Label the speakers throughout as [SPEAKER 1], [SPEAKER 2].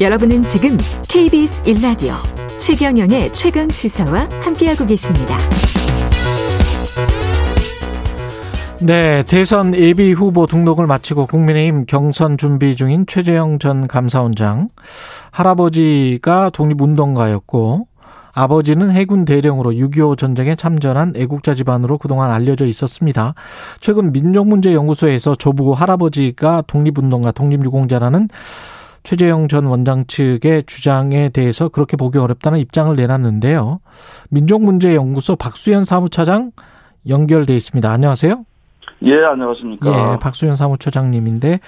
[SPEAKER 1] 여러분은 지금 KBS 1라디오 최경영의 최강 시사와 함께하고 계십니다.
[SPEAKER 2] 네, 대선 예비 후보 등록을 마치고 국민의힘 경선 준비 중인 최재형 전 감사원장. 할아버지가 독립운동가였고 아버지는 해군 대령으로 6.25 전쟁에 참전한 애국자 집안으로 그동안 알려져 있었습니다. 최근 민족문제연구소에서 조부 할아버지가 독립운동가, 독립유공자라는 최재형 전 원장 측의 주장에 대해서 그렇게 보기 어렵다는 입장을 내놨는데요. 민족문제연구소 박수현 사무차장 연결돼 있습니다. 안녕하세요.
[SPEAKER 3] 예, 안녕하십니까.
[SPEAKER 2] 예, 박수현 사무처장님인데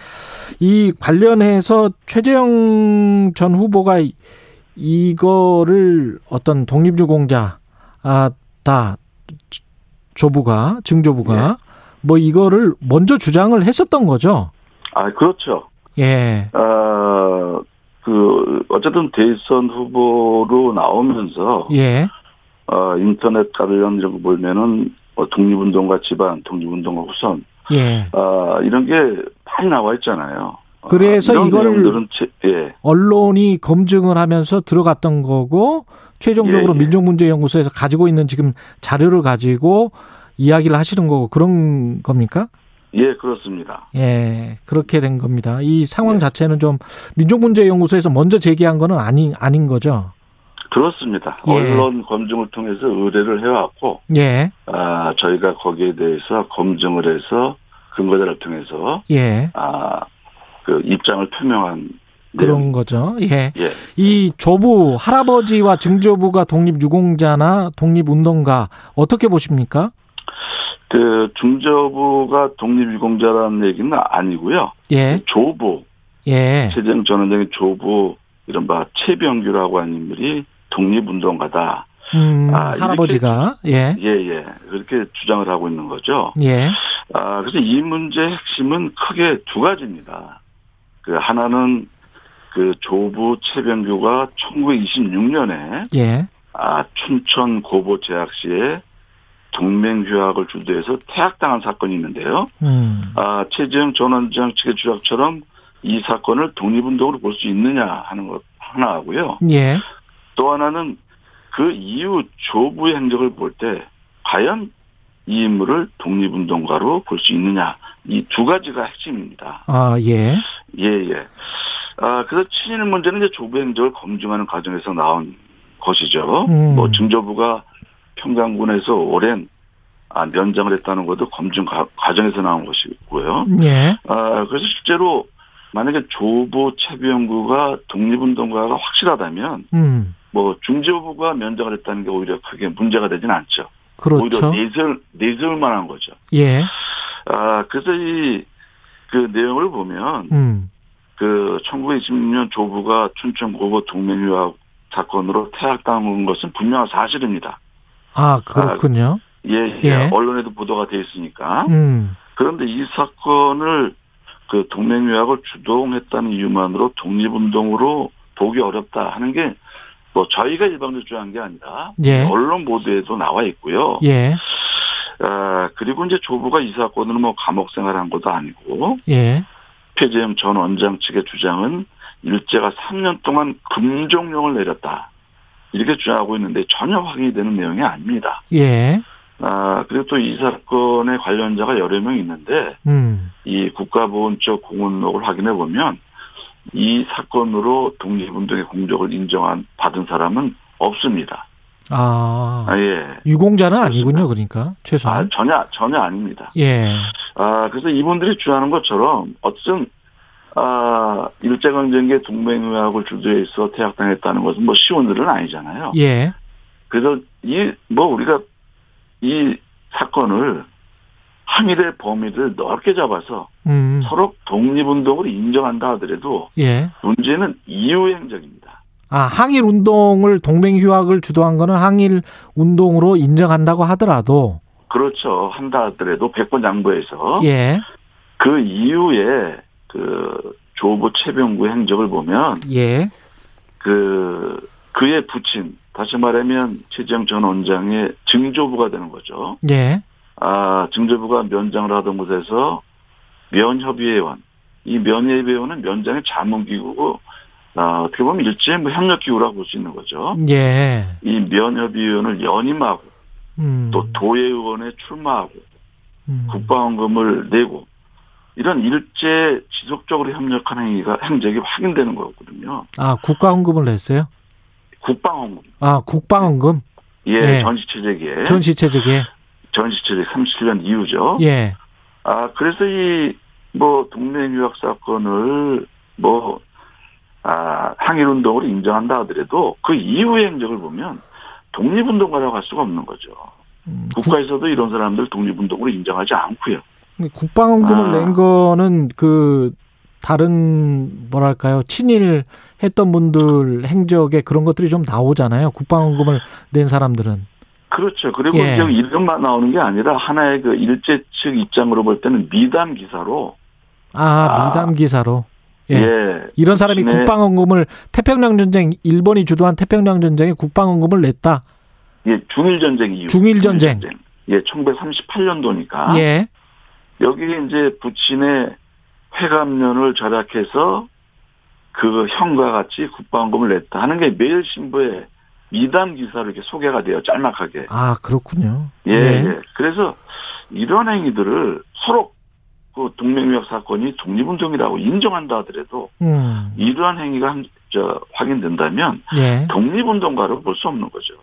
[SPEAKER 2] 이 관련해서 최재형 전 후보가 이- 이거를 어떤 독립주공자 아다 조부가 증조부가
[SPEAKER 3] 예.
[SPEAKER 2] 뭐 이거를 먼저 주장을 했었던 거죠.
[SPEAKER 3] 아, 그렇죠.
[SPEAKER 2] 예.
[SPEAKER 3] 아, 그, 어쨌든 대선 후보로 나오면서,
[SPEAKER 2] 예.
[SPEAKER 3] 어, 인터넷 관련 이런 거 보면은, 어, 독립운동가 집안, 독립운동가 후손,
[SPEAKER 2] 예.
[SPEAKER 3] 아, 이런 게 많이 나와 있잖아요. 아,
[SPEAKER 2] 그래서
[SPEAKER 3] 이런
[SPEAKER 2] 이걸-
[SPEAKER 3] 내용들은 채- 예.
[SPEAKER 2] 언론이 검증을 하면서 들어갔던 거고 최종적으로
[SPEAKER 3] 예, 예.
[SPEAKER 2] 민족문제연구소에서 가지고 있는 지금 자료를 가지고 이야기를 하시는 거고 그런 겁니까?
[SPEAKER 3] 예, 그렇습니다.
[SPEAKER 2] 예, 그렇게 된 겁니다. 이 상황
[SPEAKER 3] 네.
[SPEAKER 2] 자체는 좀 민족문제연구소에서 먼저 제기한 거는 아니 아닌 거죠.
[SPEAKER 3] 그렇습니다.
[SPEAKER 2] 예.
[SPEAKER 3] 언론 검증을 통해서 의뢰를 해왔고,
[SPEAKER 2] 예,
[SPEAKER 3] 아, 저희가 거기에 대해서 검증을 해서 근거자를 통해서,
[SPEAKER 2] 예,
[SPEAKER 3] 아, 그 입장을 표명한 내용.
[SPEAKER 2] 그런 거죠. 예,
[SPEAKER 3] 예.
[SPEAKER 2] 이 조부 할아버지와 증조부가 독립유공자나 독립운동가 어떻게 보십니까?
[SPEAKER 3] 그 중저부가 독립유공자라는 얘기는 아니고요. 그
[SPEAKER 2] 예,
[SPEAKER 3] 조부
[SPEAKER 2] 예,
[SPEAKER 3] 최재형 전 원장의 조부 이른바 최병규라고 하는 인물이 독립운동가다.
[SPEAKER 2] 음,
[SPEAKER 3] 아, 이렇게-
[SPEAKER 2] 할아버지가 예,
[SPEAKER 3] 예예 그렇게 주장을 하고 있는 거죠.
[SPEAKER 2] 예,
[SPEAKER 3] 아 그래서 이 문제의 핵심은 크게 두 가지입니다. 그 하나는 그 조부 최병규가 1926년에
[SPEAKER 2] 예,
[SPEAKER 3] 아 춘천 고보 재학시에 동맹 휴학을 주도해서 퇴학당한 사건이 있는데요.
[SPEAKER 2] 음,
[SPEAKER 3] 아, 최재형 전 원장 측의 주장처럼 이 사건을 독립운동으로 볼 수 있느냐 하는 것 하나고요.
[SPEAKER 2] 예,
[SPEAKER 3] 또 하나는 그 이후 조부의 행적을 볼 때 과연 이 인물을 독립운동가로 볼 수 있느냐 이 두 가지가 핵심입니다.
[SPEAKER 2] 아, 예,
[SPEAKER 3] 예예. 아 그래서 친일 문제는 이제 조부 행적을 검증하는 과정에서 나온 것이죠.
[SPEAKER 2] 음.
[SPEAKER 3] 뭐 증조부가 평강군에서 오랜 아, 면장을 했다는 것도 검증 과- 과정에서 나온 것이고요.
[SPEAKER 2] 예,
[SPEAKER 3] 아, 그래서 실제로 만약에 조보 차비연구가 독립운동가가 확실하다면
[SPEAKER 2] 음,
[SPEAKER 3] 뭐 중재부가 면접을 했다는 게 오히려 크게 문제가 되진 않죠.
[SPEAKER 2] 그렇죠.
[SPEAKER 3] 오히려 내세울, 내세울 만한 거죠.
[SPEAKER 2] 예,
[SPEAKER 3] 아, 그래서 이 그 내용을 보면
[SPEAKER 2] 음,
[SPEAKER 3] 그 1926년 조부가 춘천 고보 동맹유학 사건으로 퇴학당한 것은 분명한 사실입니다.
[SPEAKER 2] 아, 그렇군요.
[SPEAKER 3] 예, 예.
[SPEAKER 2] 예.
[SPEAKER 3] 언론에도 보도가 돼 있으니까.
[SPEAKER 2] 음.
[SPEAKER 3] 그런데 이 사건을 그 동맹유학을 주동했다는 이유만으로 독립운동으로 보기 어렵다 하는 게 뭐 저희가 일방적으로 주장한 게 아니라
[SPEAKER 2] 예.
[SPEAKER 3] 언론 보도에도 나와 있고요.
[SPEAKER 2] 예,
[SPEAKER 3] 아, 그리고 이제 조부가 이 사건을 뭐 감옥 생활한 것도 아니고
[SPEAKER 2] 예,
[SPEAKER 3] 최재형 전 원장 측의 주장은 일제가 3년 동안 금종령을 내렸다. 이렇게 주장하고 있는데 전혀 확인이 되는 내용이 아닙니다.
[SPEAKER 2] 예,
[SPEAKER 3] 아, 그리고 또 이 사건의 관련자가 여러 명 있는데
[SPEAKER 2] 음,
[SPEAKER 3] 이 국가보훈처 공원록을 확인해 보면 이 사건으로 독립운동의 공적을 인정한 받은 사람은 없습니다.
[SPEAKER 2] 아,
[SPEAKER 3] 아, 예.
[SPEAKER 2] 유공자는
[SPEAKER 3] 그렇습니다.
[SPEAKER 2] 아니군요, 그러니까
[SPEAKER 3] 아,
[SPEAKER 2] 최소한.
[SPEAKER 3] 전혀 전혀 아닙니다.
[SPEAKER 2] 예,
[SPEAKER 3] 아 그래서 이분들이 주장하는 것처럼 어쨌든 아 일제강점기에 동맹의학을 주도해서 퇴학당했다는 것은 뭐 쉬운 일은 아니잖아요.
[SPEAKER 2] 예,
[SPEAKER 3] 그래서 이 뭐 우리가 이 사건을 항일의 범위를 넓게 잡아서
[SPEAKER 2] 음,
[SPEAKER 3] 서로 독립운동을 인정한다 하더라도
[SPEAKER 2] 예.
[SPEAKER 3] 문제는 이유 행적입니다.
[SPEAKER 2] 아, 항일 운동을 동맹 휴학을 주도한 거는 항일 운동으로 인정한다고 하더라도,
[SPEAKER 3] 그렇죠. 한다 하더라도 100번 양보해서
[SPEAKER 2] 예,
[SPEAKER 3] 그 이후에 그 조부 최병구 행적을 보면
[SPEAKER 2] 예,
[SPEAKER 3] 그 그의 부친 다시 말하면 최재형 전 원장의 증조부가 되는 거죠.
[SPEAKER 2] 예,
[SPEAKER 3] 아 증조부가 면장을 하던 곳에서 면협의회원 이 면협의회원은 면장의 자문기구고 어, 어떻게 보면 일제의 뭐 협력 기구라고 볼 수 있는 거죠.
[SPEAKER 2] 예.
[SPEAKER 3] 이 면협위원을 연임하고
[SPEAKER 2] 음.
[SPEAKER 3] 또 도의회의원에 출마하고
[SPEAKER 2] 음.
[SPEAKER 3] 국방원금을 내고 이런 일제 지속적으로 협력하는 행위가 행적이 확인되는 거거든요.
[SPEAKER 2] 아, 국가원금을 냈어요?
[SPEAKER 3] 국방원금
[SPEAKER 2] 아, 국방원금?
[SPEAKER 3] 예 어?
[SPEAKER 2] 네.
[SPEAKER 3] 전시체제기에
[SPEAKER 2] 전시체적에?
[SPEAKER 3] 전시체제 37년 이후죠.
[SPEAKER 2] 예.
[SPEAKER 3] 아 그래서 이 뭐 동네 유학 사건을 뭐 아, 항일 운동으로 인정한다 하더라도 그 이후의 행적을 보면 독립운동가라고 할 수가 없는 거죠.
[SPEAKER 2] 음, 국-
[SPEAKER 3] 국가에서도 이런 사람들 독립운동으로 인정하지 않고요.
[SPEAKER 2] 뭐 국방원금을
[SPEAKER 3] 아.
[SPEAKER 2] 낸 거는 그 다른 뭐랄까요 친일 했던 분들 행적에 그런 것들이 좀 나오잖아요. 국방원금을 낸 사람들은
[SPEAKER 3] 그렇죠. 그리고
[SPEAKER 2] 예.
[SPEAKER 3] 그냥 이름만 나오는 게 아니라 하나의 그 일제 측 입장으로 볼 때는 미담 기사로
[SPEAKER 2] 아
[SPEAKER 3] 아.
[SPEAKER 2] 미담 기사로 예.
[SPEAKER 3] 예,
[SPEAKER 2] 이런 사람이
[SPEAKER 3] 네.
[SPEAKER 2] 국방원금을 태평양 전쟁 일본이 주도한 태평양 전쟁에 국방원금을 냈다.
[SPEAKER 3] 예, 중일 전쟁 이후
[SPEAKER 2] 중일 전쟁.
[SPEAKER 3] 예 1938년도니까
[SPEAKER 2] 예.
[SPEAKER 3] 여기에 이제 부친의 회감년을 절약해서 그 형과 같이 국방금을 냈다 하는 게 매일신부의 미담 기사로 이렇게 소개가 돼요 짤막하게
[SPEAKER 2] 아 그렇군요.
[SPEAKER 3] 예,
[SPEAKER 2] 네.
[SPEAKER 3] 예. 그래서 이런 행위들을 서로 그 동맹유역 사건이 독립운동이라고 인정한다 하더라도
[SPEAKER 2] 음.
[SPEAKER 3] 이러한 행위가 한- 저, 확인된다면
[SPEAKER 2] 예.
[SPEAKER 3] 독립운동가로 볼 수 없는 거죠.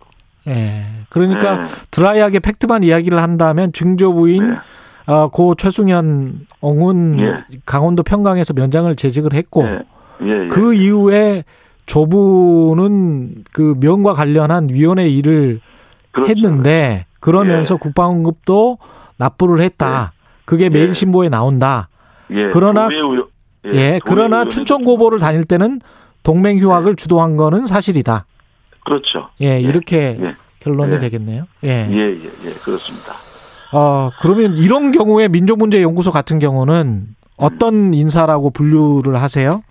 [SPEAKER 2] 예. 그러니까
[SPEAKER 3] 네,
[SPEAKER 2] 드라이하게 팩트만 이야기를 한다면 증조 부인
[SPEAKER 3] 네,
[SPEAKER 2] 아, 고 최승현 옹은
[SPEAKER 3] 예.
[SPEAKER 2] 강원도 평강에서 면장을 재직을 했고
[SPEAKER 3] 예, 예, 예.
[SPEAKER 2] 그 이후에 조부는 그 면과 관련한 위원회 일을
[SPEAKER 3] 그렇죠. 예.
[SPEAKER 2] 했는데 그러면서 국방원급도 납부를 했다. 그게 매일신보에 나온다.
[SPEAKER 3] 예,
[SPEAKER 2] 그러나-
[SPEAKER 3] 도의 의원-
[SPEAKER 2] 예.
[SPEAKER 3] 도의
[SPEAKER 2] 그러나
[SPEAKER 3] 의원은-
[SPEAKER 2] 춘천고보를 다닐 때는 동맹 휴학을 주도한 거는 사실이다.
[SPEAKER 3] 그렇죠.
[SPEAKER 2] 예, 이렇게
[SPEAKER 3] 예. 예.
[SPEAKER 2] 결론이
[SPEAKER 3] 예.
[SPEAKER 2] 되겠네요.
[SPEAKER 3] 예, 예, 예, 그렇습니다.
[SPEAKER 2] 어, 그러면 이런 경우에 민족문제연구소 같은 경우는 어떤 인사라고 분류를 하세요?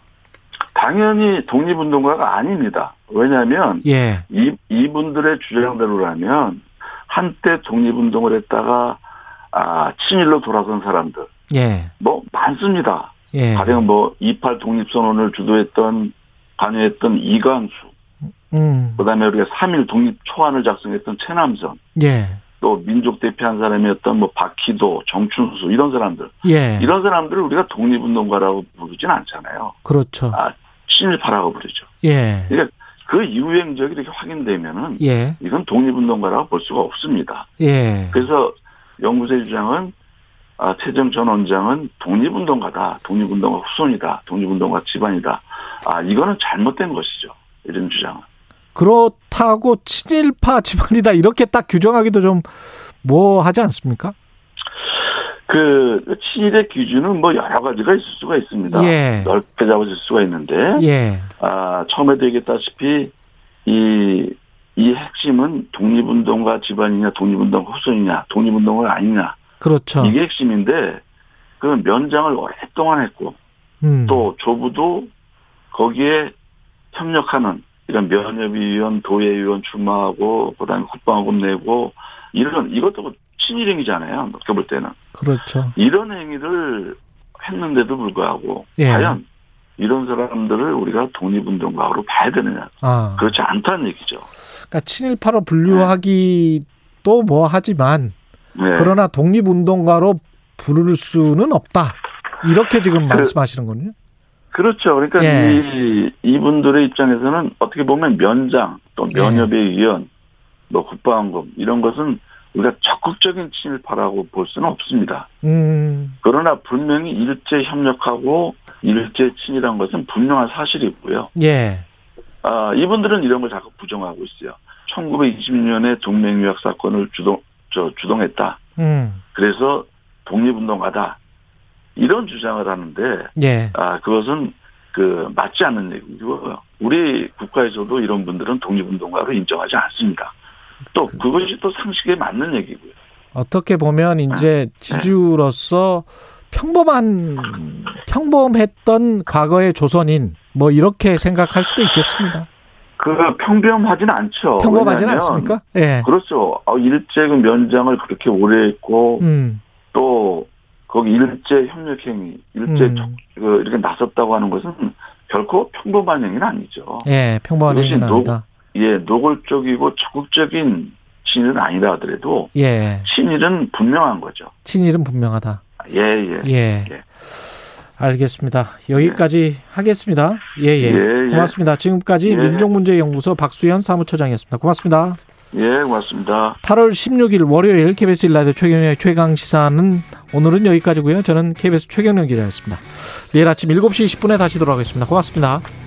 [SPEAKER 3] 당연히 독립운동가가 아닙니다. 왜냐하면
[SPEAKER 2] 예.
[SPEAKER 3] 이 이분들의 주장대로라면 한때 독립운동을 했다가 아 친일로 돌아선 사람들
[SPEAKER 2] 예.
[SPEAKER 3] 뭐 많습니다.
[SPEAKER 2] 예.
[SPEAKER 3] 가령 뭐28 독립선언을 주도했던 관여했던 이관수
[SPEAKER 2] 음.
[SPEAKER 3] 그다음에 우리가 3일 독립 초안을 작성했던 최남선,
[SPEAKER 2] 예.
[SPEAKER 3] 또 민족 대표한 사람이었던 뭐 박희도, 정춘수 이런 사람들,
[SPEAKER 2] 예.
[SPEAKER 3] 이런 사람들을 우리가 독립운동가라고 부르진 않잖아요.
[SPEAKER 2] 그렇죠.
[SPEAKER 3] 아, 친일파라고 부르죠.
[SPEAKER 2] 예.
[SPEAKER 3] 그러니까 그 이후 행적이 이렇게 확인되면은
[SPEAKER 2] 예.
[SPEAKER 3] 이건 독립운동가라고 볼 수가 없습니다.
[SPEAKER 2] 예.
[SPEAKER 3] 그래서 연구소의 주장은 아, 최정 전 원장은 독립운동가다, 독립운동가 후손이다, 독립운동가 집안이다. 아, 이거는 잘못된 것이죠. 이런 주장은.
[SPEAKER 2] 그렇다고 친일파 집안이다 이렇게 딱 규정하기도 좀 뭐 하지 않습니까?
[SPEAKER 3] 그 친일의 기준은 뭐 여러 가지가 있을 수가 있습니다.
[SPEAKER 2] 예.
[SPEAKER 3] 네. 넓게 잡으실 수가 있는데
[SPEAKER 2] 예.
[SPEAKER 3] 아 처음에도 얘기했다시피 이, 이 핵심은 독립운동가 집안이냐 독립운동 후손이냐 독립운동가 아니냐
[SPEAKER 2] 그렇죠.
[SPEAKER 3] 이게 핵심인데 그 면장을 오랫동안 했고
[SPEAKER 2] 음.
[SPEAKER 3] 또 조부도 거기에 협력하는 이런 면협위원 도예위원 출마하고 그다음에 국방금 내고 이런 이것도 친일행이잖아요 어떻게 볼 때는
[SPEAKER 2] 그렇죠.
[SPEAKER 3] 이런 행위를 했는데도 불구하고
[SPEAKER 2] 예.
[SPEAKER 3] 과연 이런 사람들을 우리가 독립운동가로 봐야 되느냐
[SPEAKER 2] 아.
[SPEAKER 3] 그렇지 않다는 얘기죠.
[SPEAKER 2] 그러니까 친일파로 분류하기도 뭐 하지만
[SPEAKER 3] 네.
[SPEAKER 2] 그러나 독립운동가로 부를 수는 없다. 이렇게 지금
[SPEAKER 3] 그-
[SPEAKER 2] 말씀하시는 거군요.
[SPEAKER 3] 그렇죠. 그러니까
[SPEAKER 2] 예.
[SPEAKER 3] 이, 이분들의 입장에서는 어떻게 보면 면장 또
[SPEAKER 2] 예.
[SPEAKER 3] 면협의 위원 뭐 국방원금 이런 것은 우리가 적극적인 친일파라고 볼 수는 없습니다.
[SPEAKER 2] 음.
[SPEAKER 3] 그러나 분명히 일제 협력하고 일제 친일한 것은 분명한 사실이고요.
[SPEAKER 2] 예.
[SPEAKER 3] 아, 이분들은 이런 걸 자꾸 부정하고 있어요. 1920년에 동맹유학 사건을 주동, 저, 주동했다.
[SPEAKER 2] 음.
[SPEAKER 3] 그래서 독립운동가다. 이런 주장을 하는데,
[SPEAKER 2] 예.
[SPEAKER 3] 아, 그것은, 그, 맞지 않는 얘기고요. 우리 국가에서도 이런 분들은 독립운동가로 인정하지 않습니다. 또, 그것이 또 상식에 맞는 얘기고요.
[SPEAKER 2] 어떻게 보면
[SPEAKER 3] 아, 네.
[SPEAKER 2] 이제 지주로서 평범한 평범했던 과거의 조선인 뭐 이렇게 생각할 수도 있겠습니다.
[SPEAKER 3] 그, 평범하진 않죠.
[SPEAKER 2] 평범하진
[SPEAKER 3] 어, 왜냐하면
[SPEAKER 2] 않습니까? 예.
[SPEAKER 3] 그렇죠. 아, 일제 그 면장을 그렇게 오래 했고,
[SPEAKER 2] 음.
[SPEAKER 3] 또 거기 일제 협력행위, 일제
[SPEAKER 2] 음.
[SPEAKER 3] 적- 그 이렇게 나섰다고 하는 것은 결코 평범한 행위는 아니죠.
[SPEAKER 2] 예, 평범한
[SPEAKER 3] 그것이
[SPEAKER 2] 행위는
[SPEAKER 3] 노-
[SPEAKER 2] 아니다.
[SPEAKER 3] 예, 노골적이고 적극적인 친일은 아니다 하더라도
[SPEAKER 2] 예,
[SPEAKER 3] 친일은 분명한 거죠.
[SPEAKER 2] 친일은 분명하다.
[SPEAKER 3] 예, 예.
[SPEAKER 2] 예.
[SPEAKER 3] 예.
[SPEAKER 2] 알겠습니다. 여기까지 하겠습니다. 예, 예.
[SPEAKER 3] 예, 예.
[SPEAKER 2] 고맙습니다. 지금까지
[SPEAKER 3] 예.
[SPEAKER 2] 민족문제연구소 박수현 사무처장이었습니다. 고맙습니다.
[SPEAKER 3] 예, 고맙습니다.
[SPEAKER 2] 8월 16일 월요일 KBS 일라디오 최경영의 최강 시사는 오늘은 여기까지고요. 저는 KBS 최경영 기자였습니다. 내일 아침 7시 20분에 다시 돌아오겠습니다. 고맙습니다.